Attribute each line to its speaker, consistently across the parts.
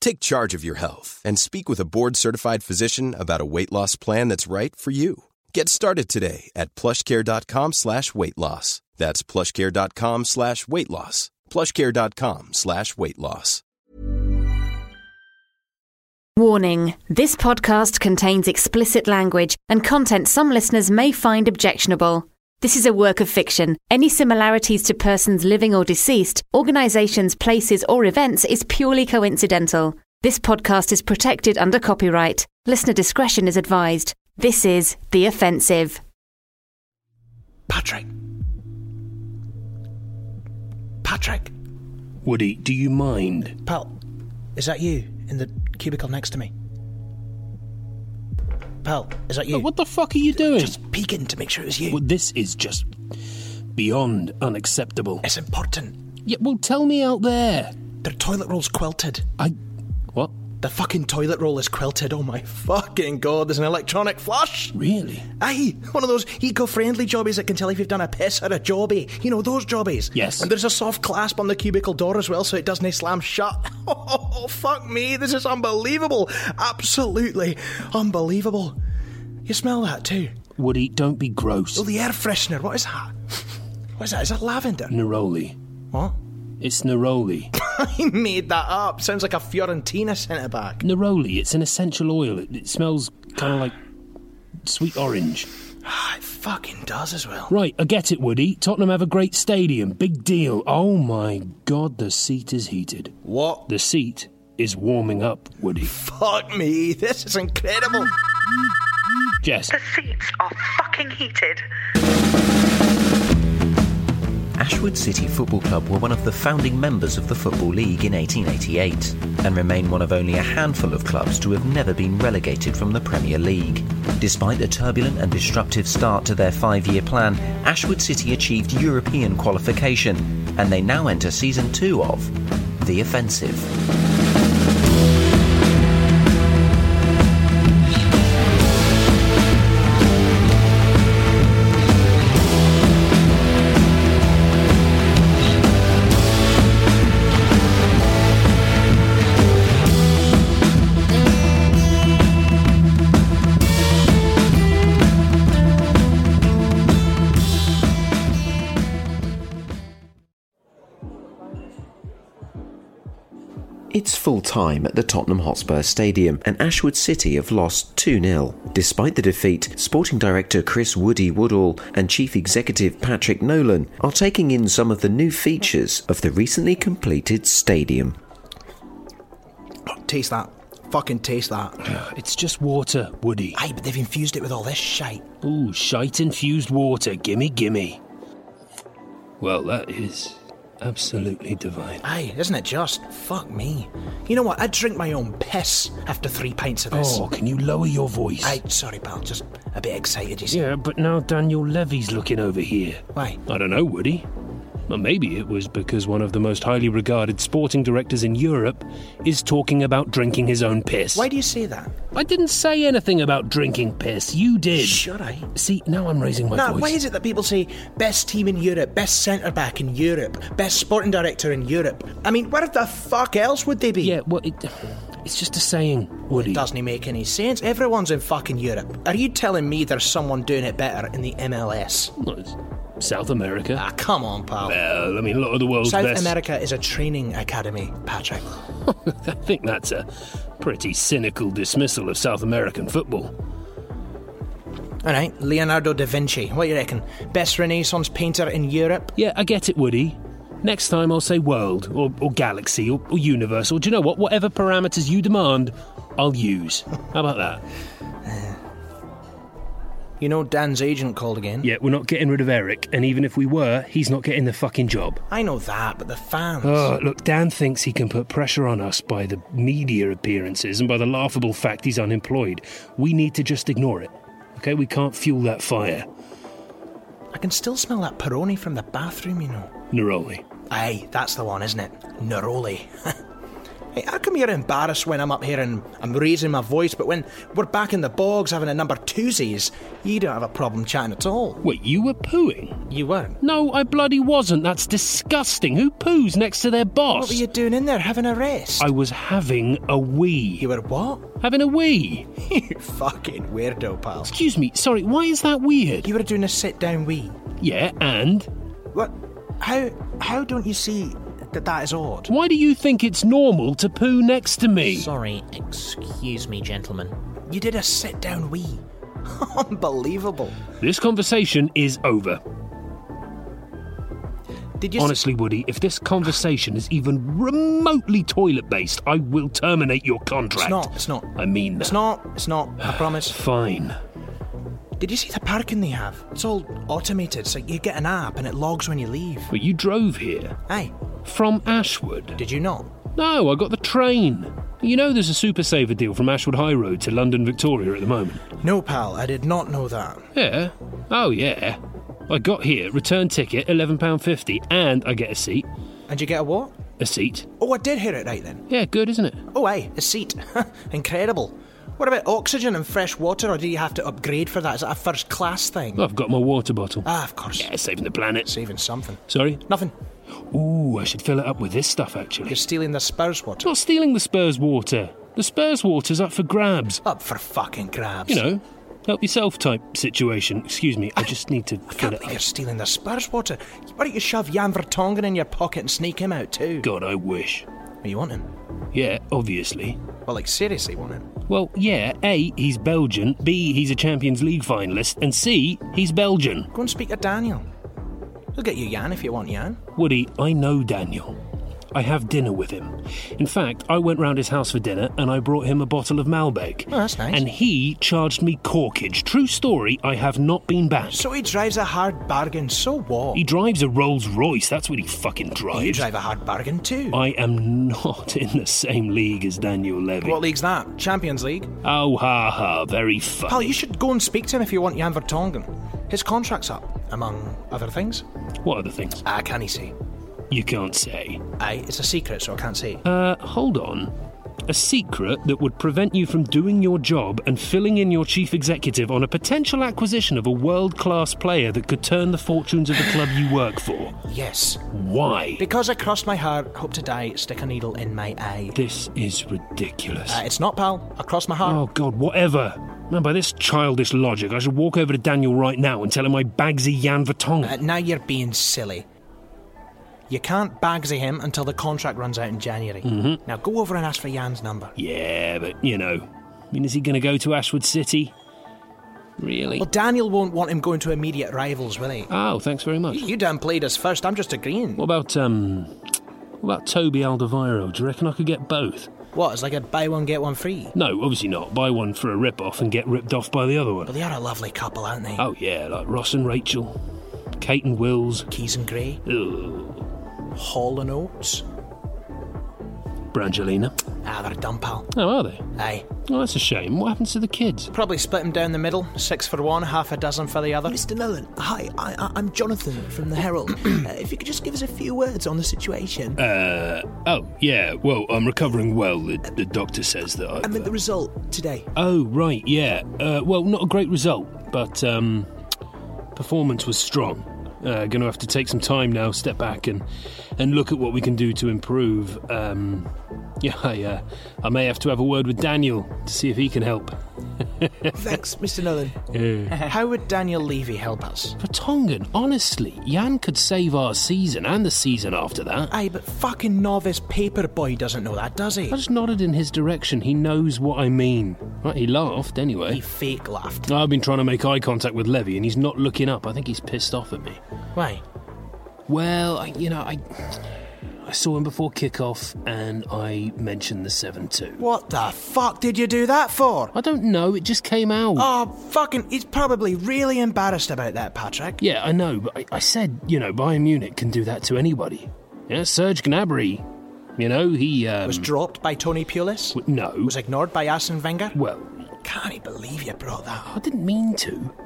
Speaker 1: Take charge of your health and speak with a board-certified physician about a weight loss plan that's right for you. Get started today at plushcare.com slash weight loss. That's plushcare.com slash weight loss. plushcare.com slash weight loss.
Speaker 2: Warning This podcast contains explicit language and content some listeners may find objectionable. This is a work of fiction. Any similarities to persons living or deceased, organizations, places, or events is purely coincidental. This podcast is protected under copyright. Listener discretion is advised. This is The Offensive.
Speaker 3: Patrick. Patrick.
Speaker 4: Woody, do you mind?
Speaker 3: Pal, is that you in the cubicle next to me? Pal, is that you?
Speaker 4: Oh, What the fuck are you doing?
Speaker 3: Just peeking to make sure it's you.
Speaker 4: Well, this is just beyond unacceptable.
Speaker 3: It's important.
Speaker 4: Yeah, well, tell me out there.
Speaker 3: Their toilet roll's quilted.
Speaker 4: I. What?
Speaker 3: The fucking toilet roll is quilted. Oh my fucking god, there's an electronic flush!
Speaker 4: Really?
Speaker 3: Aye, one of those eco friendly jobbies that can tell if you've done a piss or a jobby. You know, those jobbies.
Speaker 4: Yes.
Speaker 3: And there's a soft clasp on the cubicle door as well so it doesn't slam shut. Oh, fuck me, this is unbelievable. Absolutely unbelievable. You smell that too?
Speaker 4: Woody, don't be gross.
Speaker 3: Oh, the air freshener, what is that? What is that? Is that lavender?
Speaker 4: Neroli.
Speaker 3: What?
Speaker 4: It's neroli.
Speaker 3: I made that up. Sounds like a Fiorentina centre back.
Speaker 4: neroli, it's an essential oil. It, it smells kind of like sweet orange.
Speaker 3: Ah, it fucking does as well.
Speaker 4: Right, I get it, Woody. Tottenham have a great stadium. Big deal. Oh my god, the seat is heated.
Speaker 3: What?
Speaker 4: The seat is warming up, Woody.
Speaker 3: Fuck me, this is incredible.
Speaker 4: Jess.
Speaker 5: The seats are fucking heated.
Speaker 6: Ashwood City Football Club were one of the founding members of the Football League in 1888 and remain one of only a handful of clubs to have never been relegated from the Premier League. Despite a turbulent and disruptive start to their five year plan, Ashwood City achieved European qualification and they now enter season two of The Offensive.
Speaker 7: It's full time at the Tottenham Hotspur Stadium, and Ashwood City have lost 2 0. Despite the defeat, sporting director Chris Woody Woodall and chief executive Patrick Nolan are taking in some of the new features of the recently completed stadium.
Speaker 3: Taste that. Fucking taste that.
Speaker 4: It's just water, Woody.
Speaker 3: Aye, but they've infused it with all this shite.
Speaker 4: Ooh, shite infused water. Gimme, gimme. Well, that is absolutely divine.
Speaker 3: Aye, isn't it just? Fuck me. You know what? I'd drink my own piss after three pints of this.
Speaker 4: Oh, can you lower your voice?
Speaker 3: Aye, sorry, pal, just a bit excited, you see.
Speaker 4: Yeah, but now Daniel Levy's looking over here.
Speaker 3: Why?
Speaker 4: I don't know, Woody. Well, maybe it was because one of the most highly regarded sporting directors in Europe is talking about drinking his own piss.
Speaker 3: Why do you say that?
Speaker 4: I didn't say anything about drinking piss. You did.
Speaker 3: Should I?
Speaker 4: See, now I'm raising my
Speaker 3: Now,
Speaker 4: voice.
Speaker 3: why is it that people say best team in Europe, best centre back in Europe, best sporting director in Europe? I mean, where the fuck else would they be?
Speaker 4: Yeah, well, it, it's just a saying, Woody.
Speaker 3: It doesn't make any sense. Everyone's in fucking Europe. Are you telling me there's someone doing it better in the MLS?
Speaker 4: Well, it's South America.
Speaker 3: Ah, come on, pal.
Speaker 4: Well, I mean, a lot of the world's
Speaker 3: South
Speaker 4: best.
Speaker 3: America is a training academy, Patrick.
Speaker 4: I think that's a pretty cynical dismissal of South American football.
Speaker 3: All right, Leonardo da Vinci. What do you reckon? Best Renaissance painter in Europe?
Speaker 4: Yeah, I get it, Woody. Next time I'll say world, or, or galaxy, or, or universe, or do you know what? Whatever parameters you demand, I'll use. How about that?
Speaker 3: You know, Dan's agent called again.
Speaker 4: Yeah, we're not getting rid of Eric, and even if we were, he's not getting the fucking job.
Speaker 3: I know that, but the fans.
Speaker 4: Oh, look, Dan thinks he can put pressure on us by the media appearances and by the laughable fact he's unemployed. We need to just ignore it. Okay, we can't fuel that fire.
Speaker 3: I can still smell that Peroni from the bathroom, you know.
Speaker 4: Neroli.
Speaker 3: Aye, that's the one, isn't it? Neroli. hey, how come you're embarrassed when I'm up here and I'm raising my voice, but when we're back in the bogs having a number twosies, you don't have a problem chatting at all?
Speaker 4: Wait, you were pooing?
Speaker 3: You weren't.
Speaker 4: No, I bloody wasn't. That's disgusting. Who poos next to their boss?
Speaker 3: What were you doing in there, having a rest?
Speaker 4: I was having a wee.
Speaker 3: You were what?
Speaker 4: Having a wee.
Speaker 3: you fucking weirdo, pal.
Speaker 4: Excuse me, sorry, why is that weird?
Speaker 3: You were doing a sit-down wee.
Speaker 4: Yeah, and?
Speaker 3: What? How? How don't you see that that is odd?
Speaker 4: Why do you think it's normal to poo next to me?
Speaker 8: Sorry, excuse me, gentlemen.
Speaker 3: You did a sit-down wee. Unbelievable.
Speaker 4: This conversation is over.
Speaker 3: Did you? s-
Speaker 4: Honestly, Woody, if this conversation is even remotely toilet based, I will terminate your contract.
Speaker 3: it's not. It's not.
Speaker 4: I mean that.
Speaker 3: It's not. It's not. I promise.
Speaker 4: Fine.
Speaker 3: Did you see the parking they have? It's all automated. It's like you get an app and it logs when you leave.
Speaker 4: But you drove here
Speaker 3: Aye.
Speaker 4: from Ashwood.
Speaker 3: Did you not?
Speaker 4: No, I got the train. You know there's a super saver deal from Ashwood High Road to London Victoria at the moment.
Speaker 3: No, pal. I did not know that.
Speaker 4: Yeah. Oh yeah. I got here, return ticket, £11.50, and I get a seat.
Speaker 3: And you get a what?
Speaker 4: A seat?
Speaker 3: Oh, I did hear it right then.
Speaker 4: Yeah, good, isn't it?
Speaker 3: Oh, aye. A seat. Incredible. What about oxygen and fresh water, or do you have to upgrade for that? Is that a first class thing?
Speaker 4: Well, I've got my water bottle.
Speaker 3: Ah, of course.
Speaker 4: Yeah, saving the planet.
Speaker 3: Saving something.
Speaker 4: Sorry?
Speaker 3: Nothing.
Speaker 4: Ooh, I should fill it up with this stuff, actually.
Speaker 3: You're stealing the Spurs
Speaker 4: It's
Speaker 3: water.
Speaker 4: not stealing the Spurs water. The Spurs water's up for grabs.
Speaker 3: Up for fucking grabs.
Speaker 4: Hmm. You know, help yourself type situation. Excuse me, I just need to
Speaker 3: I
Speaker 4: fill
Speaker 3: can't
Speaker 4: it
Speaker 3: believe
Speaker 4: up.
Speaker 3: you're stealing the Spurs water. Why don't you shove Jan Vertonghen in your pocket and sneak him out too?
Speaker 4: God, I wish.
Speaker 3: Well, You want him?
Speaker 4: Yeah, obviously.
Speaker 3: Well, like seriously want him?
Speaker 4: Well, yeah, A, he's Belgian, B, he's a Champions League finalist, and C, he's Belgian.
Speaker 3: Go and speak to Daniel. He'll get you Jan if you want Jan.
Speaker 4: Woody, I know Daniel. I have dinner with him. In fact, I went round his house for dinner and I brought him a bottle of Malbec.
Speaker 3: Oh, that's nice.
Speaker 4: And he charged me corkage. True story, I have not been back.
Speaker 3: So he drives a hard bargain. So what? Oh,
Speaker 4: He drives a Rolls Royce, that's what he fucking
Speaker 3: you
Speaker 4: drives.
Speaker 3: drive a hard bargain too.
Speaker 4: I am not in the same league as Daniel Levy.
Speaker 3: What league's that? Champions League.
Speaker 4: oh, ha ha, very
Speaker 3: Pal,
Speaker 4: funny.
Speaker 3: you should go and speak to him if you want Jan Vertonghen. His contract's up, among other things.
Speaker 4: What other things?
Speaker 3: Ah, can he say?
Speaker 4: You can't say.
Speaker 3: Aye, it's a secret, so I can't say.
Speaker 4: Uh, hold on. A secret that would prevent you from doing your job and filling in your chief executive on a potential acquisition of a world class player that could turn the fortunes of the club you work for.
Speaker 3: Yes.
Speaker 4: Why?
Speaker 3: Because I crossed my heart, hope to die, stick a needle in my eye.
Speaker 4: This is ridiculous.
Speaker 3: Uh, it's not, pal. I crossed my heart.
Speaker 4: Oh, God, whatever. Man, by this childish logic, I should walk over to Daniel right now and tell him I bagsy Jan
Speaker 3: Uh,
Speaker 4: Vertonghen.
Speaker 3: now you're being silly. You can't bagsy him until the contract runs out in January. Now go over and ask for Jan's number.
Speaker 4: yeah, but, you know. I mean, is he going to go to Ashwood City? Really?
Speaker 3: Well, Daniel won't want him going to immediate rivals, will he?
Speaker 4: Oh, thanks very much.
Speaker 3: You damn played us first. I'm just agreeing.
Speaker 4: What about um, what about Toby Aldeviro? Do you reckon I could get both?
Speaker 3: What? It's like a buy one get one free.
Speaker 4: No, obviously not. Buy one for a rip off and get ripped off by the other
Speaker 3: But
Speaker 4: one.
Speaker 3: they are a lovely couple, aren't they?
Speaker 4: Oh yeah, like Ross and Rachel, Kate and Wills,
Speaker 3: Keys and Grey,
Speaker 4: Ugh,
Speaker 3: Hall and Oates.
Speaker 4: Brangelina.
Speaker 3: Ah, they're done, pal.
Speaker 4: Oh, are they?
Speaker 3: Aye.
Speaker 4: Oh, that's a shame. What happens to the kids?
Speaker 3: Probably split him down the middle, six for one, half a dozen for the other.
Speaker 9: Mr. Nolan, hi, I, I, I'm Jonathan from the Herald. uh, if you could just give us a few words on the situation.
Speaker 4: Uh, oh yeah. Well, I'm recovering well. The, the doctor says that. I've,
Speaker 9: I meant the result today.
Speaker 4: Oh right, yeah. Uh, well, not a great result, but um, performance was strong. Uh, going to have to take some time now, step back and and look at what we can do to improve. Um, yeah, I, uh, I may have to have a word with Daniel to see if he can help.
Speaker 9: Thanks, Mr. Nolan.
Speaker 3: How would Daniel Levy help us?
Speaker 4: For Tongan, honestly, Jan could save our season and the season after that.
Speaker 3: Aye, but fucking novice paper boy doesn't know that, does he?
Speaker 4: I just nodded in his direction. He knows what I mean. Right, he laughed
Speaker 3: He
Speaker 4: anyway.
Speaker 3: fake laughed.
Speaker 4: I've been trying to make eye contact with Levy, and he's not looking up. I think he's pissed off at me.
Speaker 3: Why?
Speaker 4: Well, I, you know, I I saw him before kickoff, and I mentioned the seven-two.
Speaker 3: What the fuck did you do that for?
Speaker 4: I don't know. It just came out.
Speaker 3: Oh, fucking. He's probably really embarrassed about that, Patrick.
Speaker 4: Yeah, I know, but I, I said, you know, Bayern Munich can do that to anybody. Yeah, Serge Gnabry. You know, he um,
Speaker 3: was dropped by Tony Pulis.
Speaker 4: W- no,
Speaker 3: was ignored by Arsene Wenger.
Speaker 4: Well,
Speaker 3: can't he believe you brought that up?
Speaker 4: I didn't mean to.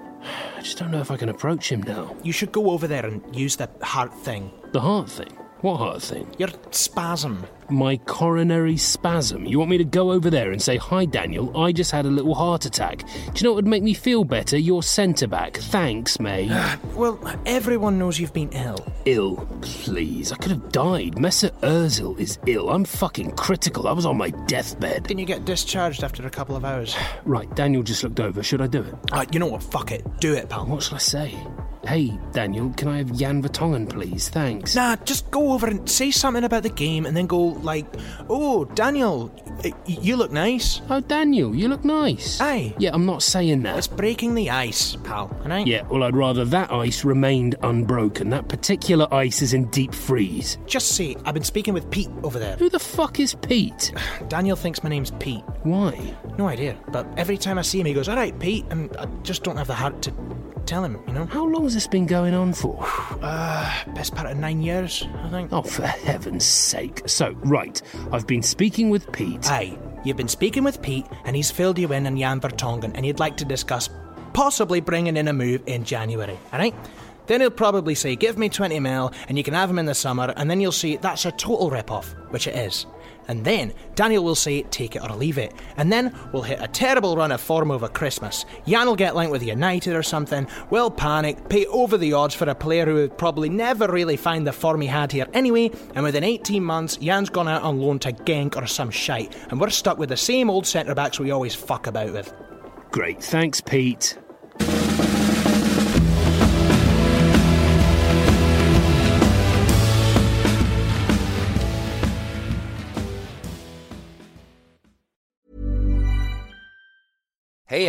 Speaker 4: I just don't know if I can approach him now.
Speaker 3: You should go over there and use the heart thing.
Speaker 4: The heart thing? What heart thing?
Speaker 3: Your spasm.
Speaker 4: My coronary spasm. You want me to go over there and say, Hi, Daniel, I just had a little heart attack. Do you know what would make me feel better? Your centre back. Thanks, mate.
Speaker 3: well, everyone knows you've been ill.
Speaker 4: Ill, please. I could have died. Messer Erzil is ill. I'm fucking critical. I was on my deathbed.
Speaker 3: Didn't you get discharged after a couple of hours?
Speaker 4: right, Daniel just looked over. Should I do it?
Speaker 3: Uh, you know what? Fuck it. Do it, pal.
Speaker 4: What shall I say? Hey, Daniel, can I have Jan Vertonghen, please? Thanks.
Speaker 3: Nah, just go over and say something about the game and then go, like, oh, Daniel, you look nice.
Speaker 4: Oh, Daniel, you look nice.
Speaker 3: Aye.
Speaker 4: Yeah, I'm not saying that.
Speaker 3: It's breaking the ice, pal, alright?
Speaker 4: Yeah, well, I'd rather that ice remained unbroken. That particular ice is in deep freeze.
Speaker 3: Just say, I've been speaking with Pete over there.
Speaker 4: Who the fuck is Pete?
Speaker 3: Daniel thinks my name's Pete.
Speaker 4: Why?
Speaker 3: No idea, but every time I see him, he goes, alright, Pete, and I just don't have the heart to tell him, you know?
Speaker 4: How long has this been going on for?
Speaker 3: uh, best part of nine years, I think.
Speaker 4: Oh, for heaven's sake. So, right, I've been speaking with Pete.
Speaker 3: Aye, you've been speaking with Pete, and he's filled you in on Jan Vertonghen, and you'd like to discuss possibly bringing in a move in January, alright? Then he'll probably say, give me 20 mil, and you can have him in the summer, and then you'll see that's a total rip-off, which it is. And then Daniel will say, take it or leave it. And then we'll hit a terrible run of form over Christmas. Jan will get linked with United or something. We'll panic, pay over the odds for a player who would probably never really find the form he had here anyway. And within 18 months, Jan's gone out on loan to Genk or some shite. And we're stuck with the same old centre backs we always fuck about with.
Speaker 4: Great, thanks, Pete.
Speaker 10: Hey,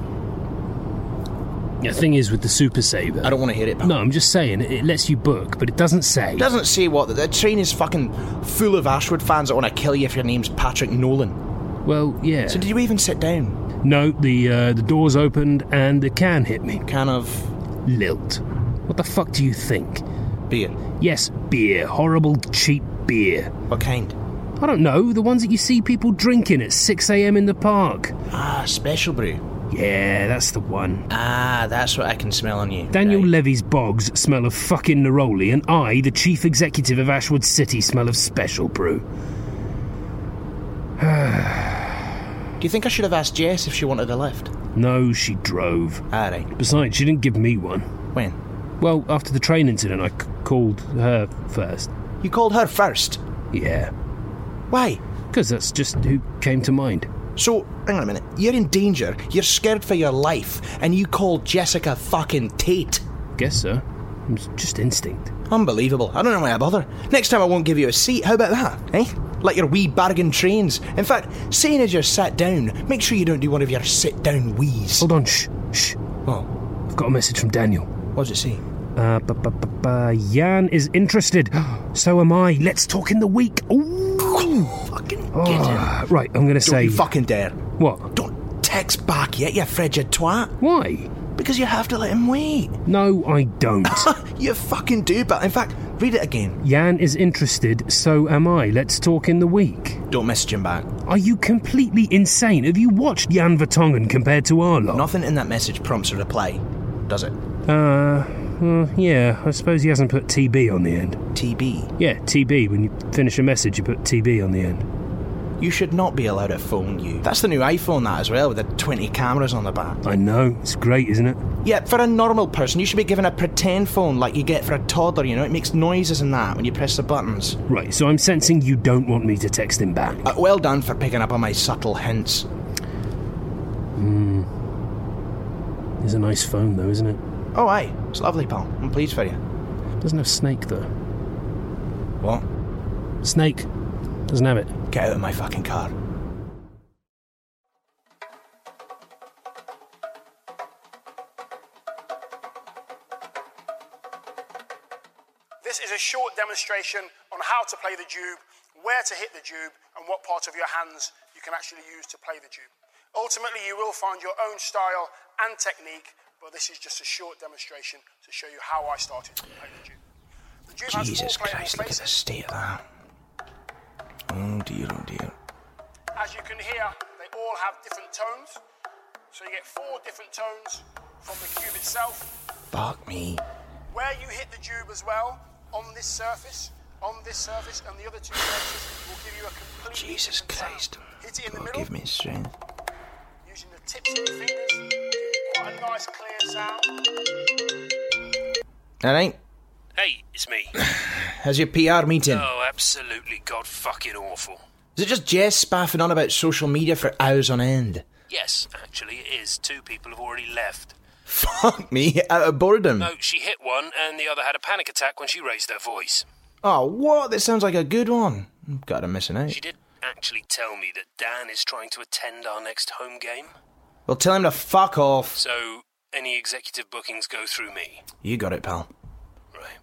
Speaker 4: The thing is with the Super Saver.
Speaker 3: I don't want to hear it. Pal.
Speaker 4: No, I'm just saying it lets you book, but it doesn't say.
Speaker 3: Doesn't say what. The train is fucking full of Ashwood fans that want to kill you if your name's Patrick Nolan.
Speaker 4: Well, yeah.
Speaker 3: So did you even sit down?
Speaker 4: No, the uh, the doors opened and the can hit me.
Speaker 3: Can of
Speaker 4: lilt. What the fuck do you think?
Speaker 3: Beer.
Speaker 4: Yes, beer. Horrible cheap beer.
Speaker 3: What kind?
Speaker 4: I don't know. The ones that you see people drinking at 6 a.m. in the park.
Speaker 3: Ah, special brew.
Speaker 4: Yeah, that's the one.
Speaker 3: Ah, that's what I can smell on you.
Speaker 4: Daniel right. Levy's bogs smell of fucking neroli, and I, the chief executive of Ashwood City, smell of special brew.
Speaker 3: Do you think I should have asked Jess if she wanted a lift?
Speaker 4: No, she drove.
Speaker 3: All right.
Speaker 4: Besides, she didn't give me one.
Speaker 3: When?
Speaker 4: Well, after the train incident, I c- called her first.
Speaker 3: You called her first?
Speaker 4: Yeah.
Speaker 3: Why?
Speaker 4: Because that's just who came to mind.
Speaker 3: So, hang on a minute. You're in danger. You're scared for your life, and you call Jessica fucking Tate.
Speaker 4: Guess so. It's just instinct.
Speaker 3: Unbelievable. I don't know why I bother. Next time I won't give you a seat. How about that? Eh? Like your wee bargain trains. In fact, seeing as you're sat down, make sure you don't do one of your sit down wees.
Speaker 4: Hold on. Shh. Shh.
Speaker 3: Oh.
Speaker 4: I've got a message from Daniel.
Speaker 3: What does it say?
Speaker 4: Uh, bu- bu- bu- bu- Jan is interested. so am I. Let's talk in the week. Ooh. Ah,
Speaker 3: Oh, fucking oh, get him.
Speaker 4: Right, I'm going to say.
Speaker 3: You fucking dare.
Speaker 4: What?
Speaker 3: Don't text back yet, you frigid twat.
Speaker 4: Why?
Speaker 3: Because you have to let him wait.
Speaker 4: No, I don't.
Speaker 3: you fucking do, but in fact, read it again.
Speaker 4: Jan is interested, so am I. Let's talk in the week.
Speaker 3: Don't message him back.
Speaker 4: Are you completely insane? Have you watched Jan Vertonghen compared to our lot?
Speaker 3: Nothing in that message prompts a reply, does it?
Speaker 4: Uh, uh, yeah, I suppose he hasn't put TB on the end.
Speaker 3: TB?
Speaker 4: Yeah, TB. When you finish a message, you put TB on the end.
Speaker 3: You should not be allowed to phone you. That's the new iPhone, that as well, with the 20 cameras on the back.
Speaker 4: I know, it's great, isn't it?
Speaker 3: Yeah, for a normal person, you should be given a pretend phone like you get for a toddler, you know? It makes noises and that when you press the buttons.
Speaker 4: Right, so I'm sensing you don't want me to text him back.
Speaker 3: Uh, well done for picking up on my subtle hints.
Speaker 4: Hmm. It's a nice phone, though, isn't it?
Speaker 3: Oh, aye. It's lovely, pal. I'm pleased for you.
Speaker 4: Doesn't have Snake, though.
Speaker 3: What?
Speaker 4: Snake. Doesn't have it.
Speaker 3: Get out of my fucking car.
Speaker 11: This is a short demonstration on how to play the dube, where to hit the dube, and what part of your hands you can actually use to play the dube. Ultimately, you will find your own style and technique, but this is just a short demonstration to show you how I started to play the dube. The dube has
Speaker 3: Jesus
Speaker 11: four playable
Speaker 3: Christ, look at the
Speaker 11: spaces.
Speaker 3: state of that. Oh dear, oh dear.
Speaker 11: As you can hear, they all have different tones. So you get four different tones from the cube itself.
Speaker 3: Fuck me.
Speaker 11: Where you hit the tube as well, on this surface, on this surface, and the other two surfaces will give you a complete.
Speaker 3: Jesus Christ.
Speaker 11: Hit it in the
Speaker 3: God,
Speaker 11: middle
Speaker 3: give me strength.
Speaker 11: using the tips of the fingers. Quite a nice clear sound.
Speaker 3: Alright,
Speaker 4: Hey, it's me.
Speaker 3: how's your PR meeting?
Speaker 4: Oh, absolutely god fucking awful.
Speaker 3: Is it just Jess spaffing on about social media for hours on end?
Speaker 4: Yes, actually, it is. Two people have already left.
Speaker 3: Fuck me, out of boredom.
Speaker 4: No, she hit one, and the other had a panic attack when she raised her voice.
Speaker 3: Oh, what? That sounds like a good one. God, I'm missing out.
Speaker 4: She did actually tell me that Dan is trying to attend our next home game.
Speaker 3: Well, tell him to fuck off.
Speaker 4: So, any executive bookings go through me.
Speaker 3: You got it, pal.
Speaker 4: Right.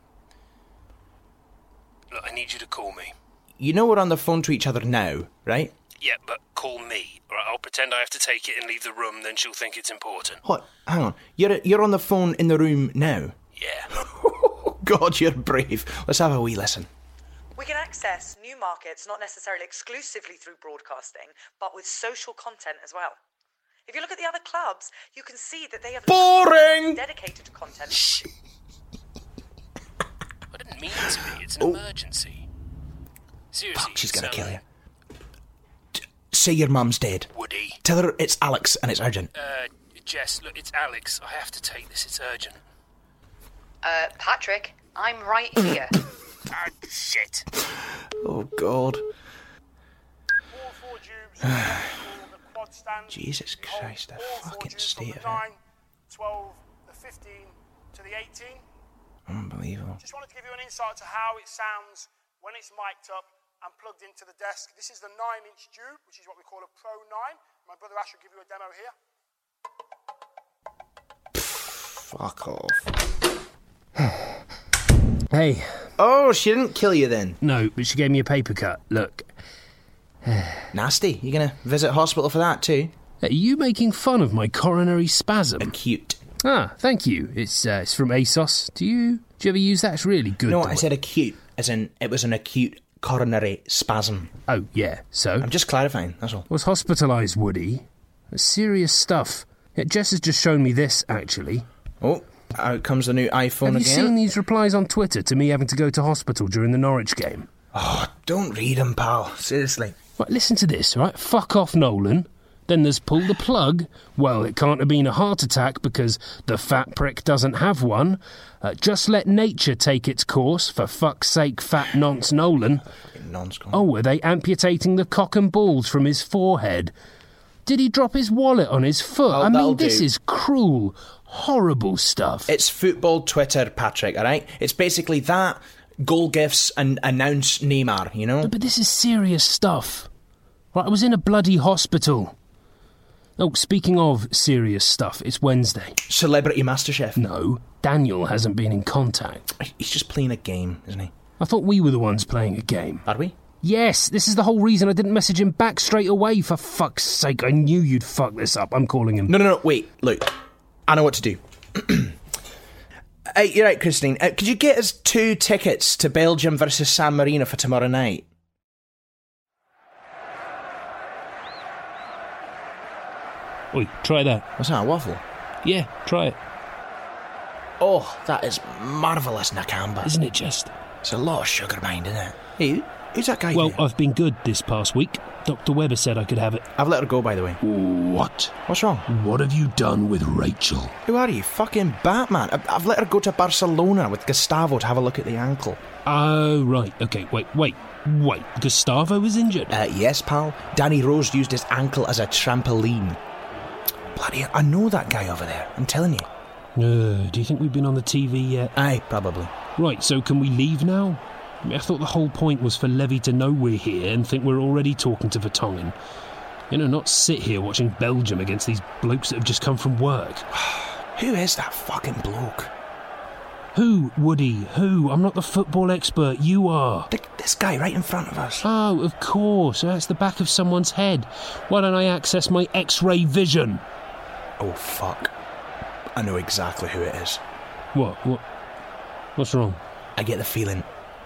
Speaker 4: Look, I need you to call me.
Speaker 3: You know we're on the phone to each other now, right?
Speaker 4: Yeah, but call me. All right, I'll pretend I have to take it and leave the room, then she'll think it's important.
Speaker 3: What? Hang on. You're you're on the phone in the room now.
Speaker 4: Yeah.
Speaker 3: God, you're brave. Let's have a wee listen.
Speaker 12: We can access new markets not necessarily exclusively through broadcasting, but with social content as well. If you look at the other clubs, you can see that they have
Speaker 3: Boring!
Speaker 12: dedicated to content.
Speaker 4: I didn't mean to be. It's an emergency. Seriously.
Speaker 3: Oh. Fuck, she's
Speaker 4: it
Speaker 3: gonna
Speaker 4: sounds-
Speaker 3: kill you. T- Say your mum's dead.
Speaker 4: Woody.
Speaker 3: Tell her it's Alex and it's urgent.
Speaker 4: Uh, Jess, look, it's Alex. I have to take this. It's urgent.
Speaker 13: Uh, Patrick, I'm right here.
Speaker 4: Ah, shit.
Speaker 3: Oh God.
Speaker 11: All four tubes called the quad stand.
Speaker 3: Jesus
Speaker 11: Behold,
Speaker 3: Christ, that
Speaker 4: oh,
Speaker 11: all four
Speaker 3: fucking
Speaker 11: tubes from
Speaker 3: state
Speaker 11: the
Speaker 3: of it.
Speaker 11: 9, 12, eh? the 15 to the 18.
Speaker 3: Unbelievable.
Speaker 11: Just wanted to give you an insight to how it sounds when it's mic'd up and plugged into the desk. This is the 9 inch tube, which is what we call a Pro 9. My brother Ash will give you a demo here.
Speaker 3: Fuck off.
Speaker 4: Hey.
Speaker 3: Oh, she didn't kill you then.
Speaker 4: No, but she gave me a paper cut. Look.
Speaker 3: Nasty. You gonna visit hospital for that too?
Speaker 4: Are you making fun of my coronary spasm?
Speaker 3: Acute.
Speaker 4: Ah, thank you. It's uh, it's from ASOS. Do you do you ever use that? It's really good.
Speaker 3: no,
Speaker 4: though.
Speaker 3: I said acute, as in it was an acute coronary spasm.
Speaker 4: Oh yeah. So
Speaker 3: I'm just clarifying. That's all.
Speaker 4: was hospitalised. Woody, That's serious stuff. Yeah, Jess has just shown me this actually.
Speaker 3: Oh, out comes the new iPhone
Speaker 4: Have you
Speaker 3: again.
Speaker 4: seen these replies on Twitter to me having to go to hospital during the Norwich game?
Speaker 3: Oh, don't read them, pal. Seriously.
Speaker 4: Right, listen to this, all right? Fuck off, Nolan. Then there's pull the plug. Well, it can't have been a heart attack because the fat prick doesn't have one. Uh, just let nature take its course, for fuck's sake, fat nonce Nolan. Oh, were they amputating the cock and balls from his forehead? Did he drop his wallet on his foot?
Speaker 3: Oh,
Speaker 4: I
Speaker 3: that'll
Speaker 4: mean, this
Speaker 3: do.
Speaker 4: is cruel, horrible stuff.
Speaker 3: It's football Twitter, Patrick, all right? It's basically that, goal gifts, and announce Neymar, you know?
Speaker 4: But this is serious stuff. Right, I was in a bloody hospital. Oh, speaking of serious stuff, it's Wednesday.
Speaker 3: Celebrity MasterChef.
Speaker 4: No, Daniel hasn't been in contact.
Speaker 3: He's just playing a game, isn't he?
Speaker 4: I thought we were the ones playing a game.
Speaker 3: Are we?
Speaker 4: Yes, this is the whole reason I didn't message him back straight away. For fuck's sake, I knew you'd fuck this up. I'm calling him.
Speaker 3: No, no, no, wait, look. I know what to do. hey, you're right, Christine. Uh, could you get us two tickets to Belgium versus San Marino for tomorrow night?
Speaker 4: Oi, try that.
Speaker 3: What's that, a waffle?
Speaker 4: Yeah, try it.
Speaker 3: Oh, that is marvellous Nakamba.
Speaker 4: Isn't it just?
Speaker 3: It's a lot of sugar behind, isn't it? Hey, who's that guy?
Speaker 4: Well, uh,
Speaker 3: there?
Speaker 4: I've been good this past week. Dr. Weber said I could have it.
Speaker 3: I've let her go, by the way.
Speaker 14: What?
Speaker 3: What's wrong?
Speaker 14: What have you done with Rachel?
Speaker 3: Who are you? Fucking Batman. I- I've let her go to Barcelona with Gustavo to have a look at the ankle.
Speaker 4: Oh, right. Okay, wait, wait, wait. Gustavo was injured?
Speaker 3: Uh, yes, pal. Danny Rose used his ankle as a trampoline. Bloody hell, I know that guy over there. I'm telling you.
Speaker 4: Uh, do you think we've been on the TV yet?
Speaker 3: Aye, probably.
Speaker 4: Right, so can we leave now? I thought the whole point was for Levy to know we're here and think we're already talking to Vertonghen. You know, not sit here watching Belgium against these blokes that have just come from work.
Speaker 3: Who is that fucking bloke?
Speaker 4: Who, Woody? Who? I'm not the football expert. You are.
Speaker 3: Th- this guy right in front of us.
Speaker 4: Oh, of course. That's the back of someone's head. Why don't I access my X ray vision?
Speaker 3: Oh, fuck. I know exactly who it is.
Speaker 4: What? What? What's wrong?
Speaker 3: I get the feeling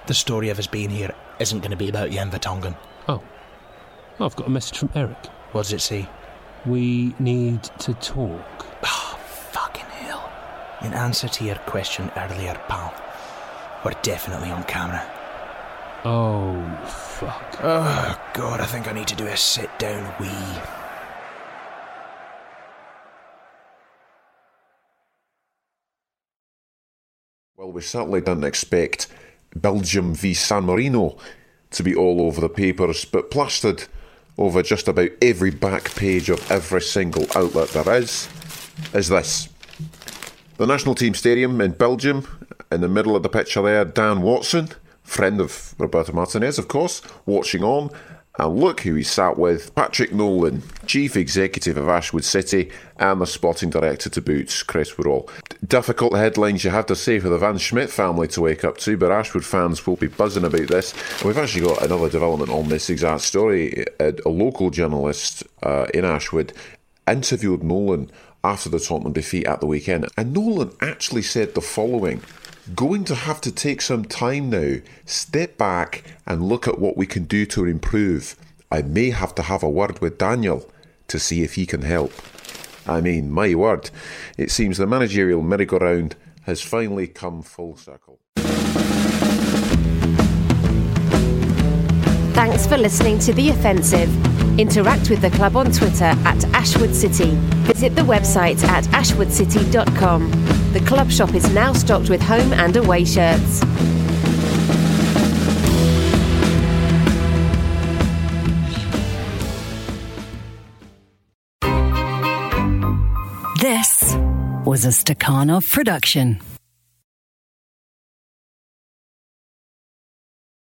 Speaker 3: the story of us being here isn't going to be about Jan Vertonghen.
Speaker 4: Oh. oh. I've got a message from Eric.
Speaker 3: What does it say?
Speaker 4: We need to talk.
Speaker 3: Oh, fucking hell. In answer to your question earlier, pal, we're definitely on camera.
Speaker 4: Oh, fuck.
Speaker 3: Oh, God, I think I need to do a sit down wee.
Speaker 11: Well, we certainly didn't expect Belgium v San Marino to be all over the papers, but plastered over just about every back page of every single outlet there is, is this. The national team stadium in Belgium, in the middle of the picture there, Dan Watson, friend of Roberto Martinez, of course, watching on. And look who he sat with Patrick Nolan, chief executive of Ashwood City, and the sporting director to boots, Chris Woodall. D- difficult headlines, you have to say, for the Van Schmidt family to wake up to, but Ashwood fans will be buzzing about this. And we've actually got another development on this exact story. A, a local journalist uh, in Ashwood interviewed Nolan after the Tottenham defeat at the weekend, and Nolan actually said the following going to have to take some time now, step back and look at what we can do to improve. I may have to have a word with Daniel to see if he can help. I mean, my word, it seems the managerial merry-go-round has finally come full circle.
Speaker 2: Thanks for listening to The Offensive. Interact with the club on Twitter at Ashwood City. Visit the website at ashwoodcity.com. The club shop is now stocked with home and away shirts.
Speaker 15: This was a Stakhanov production.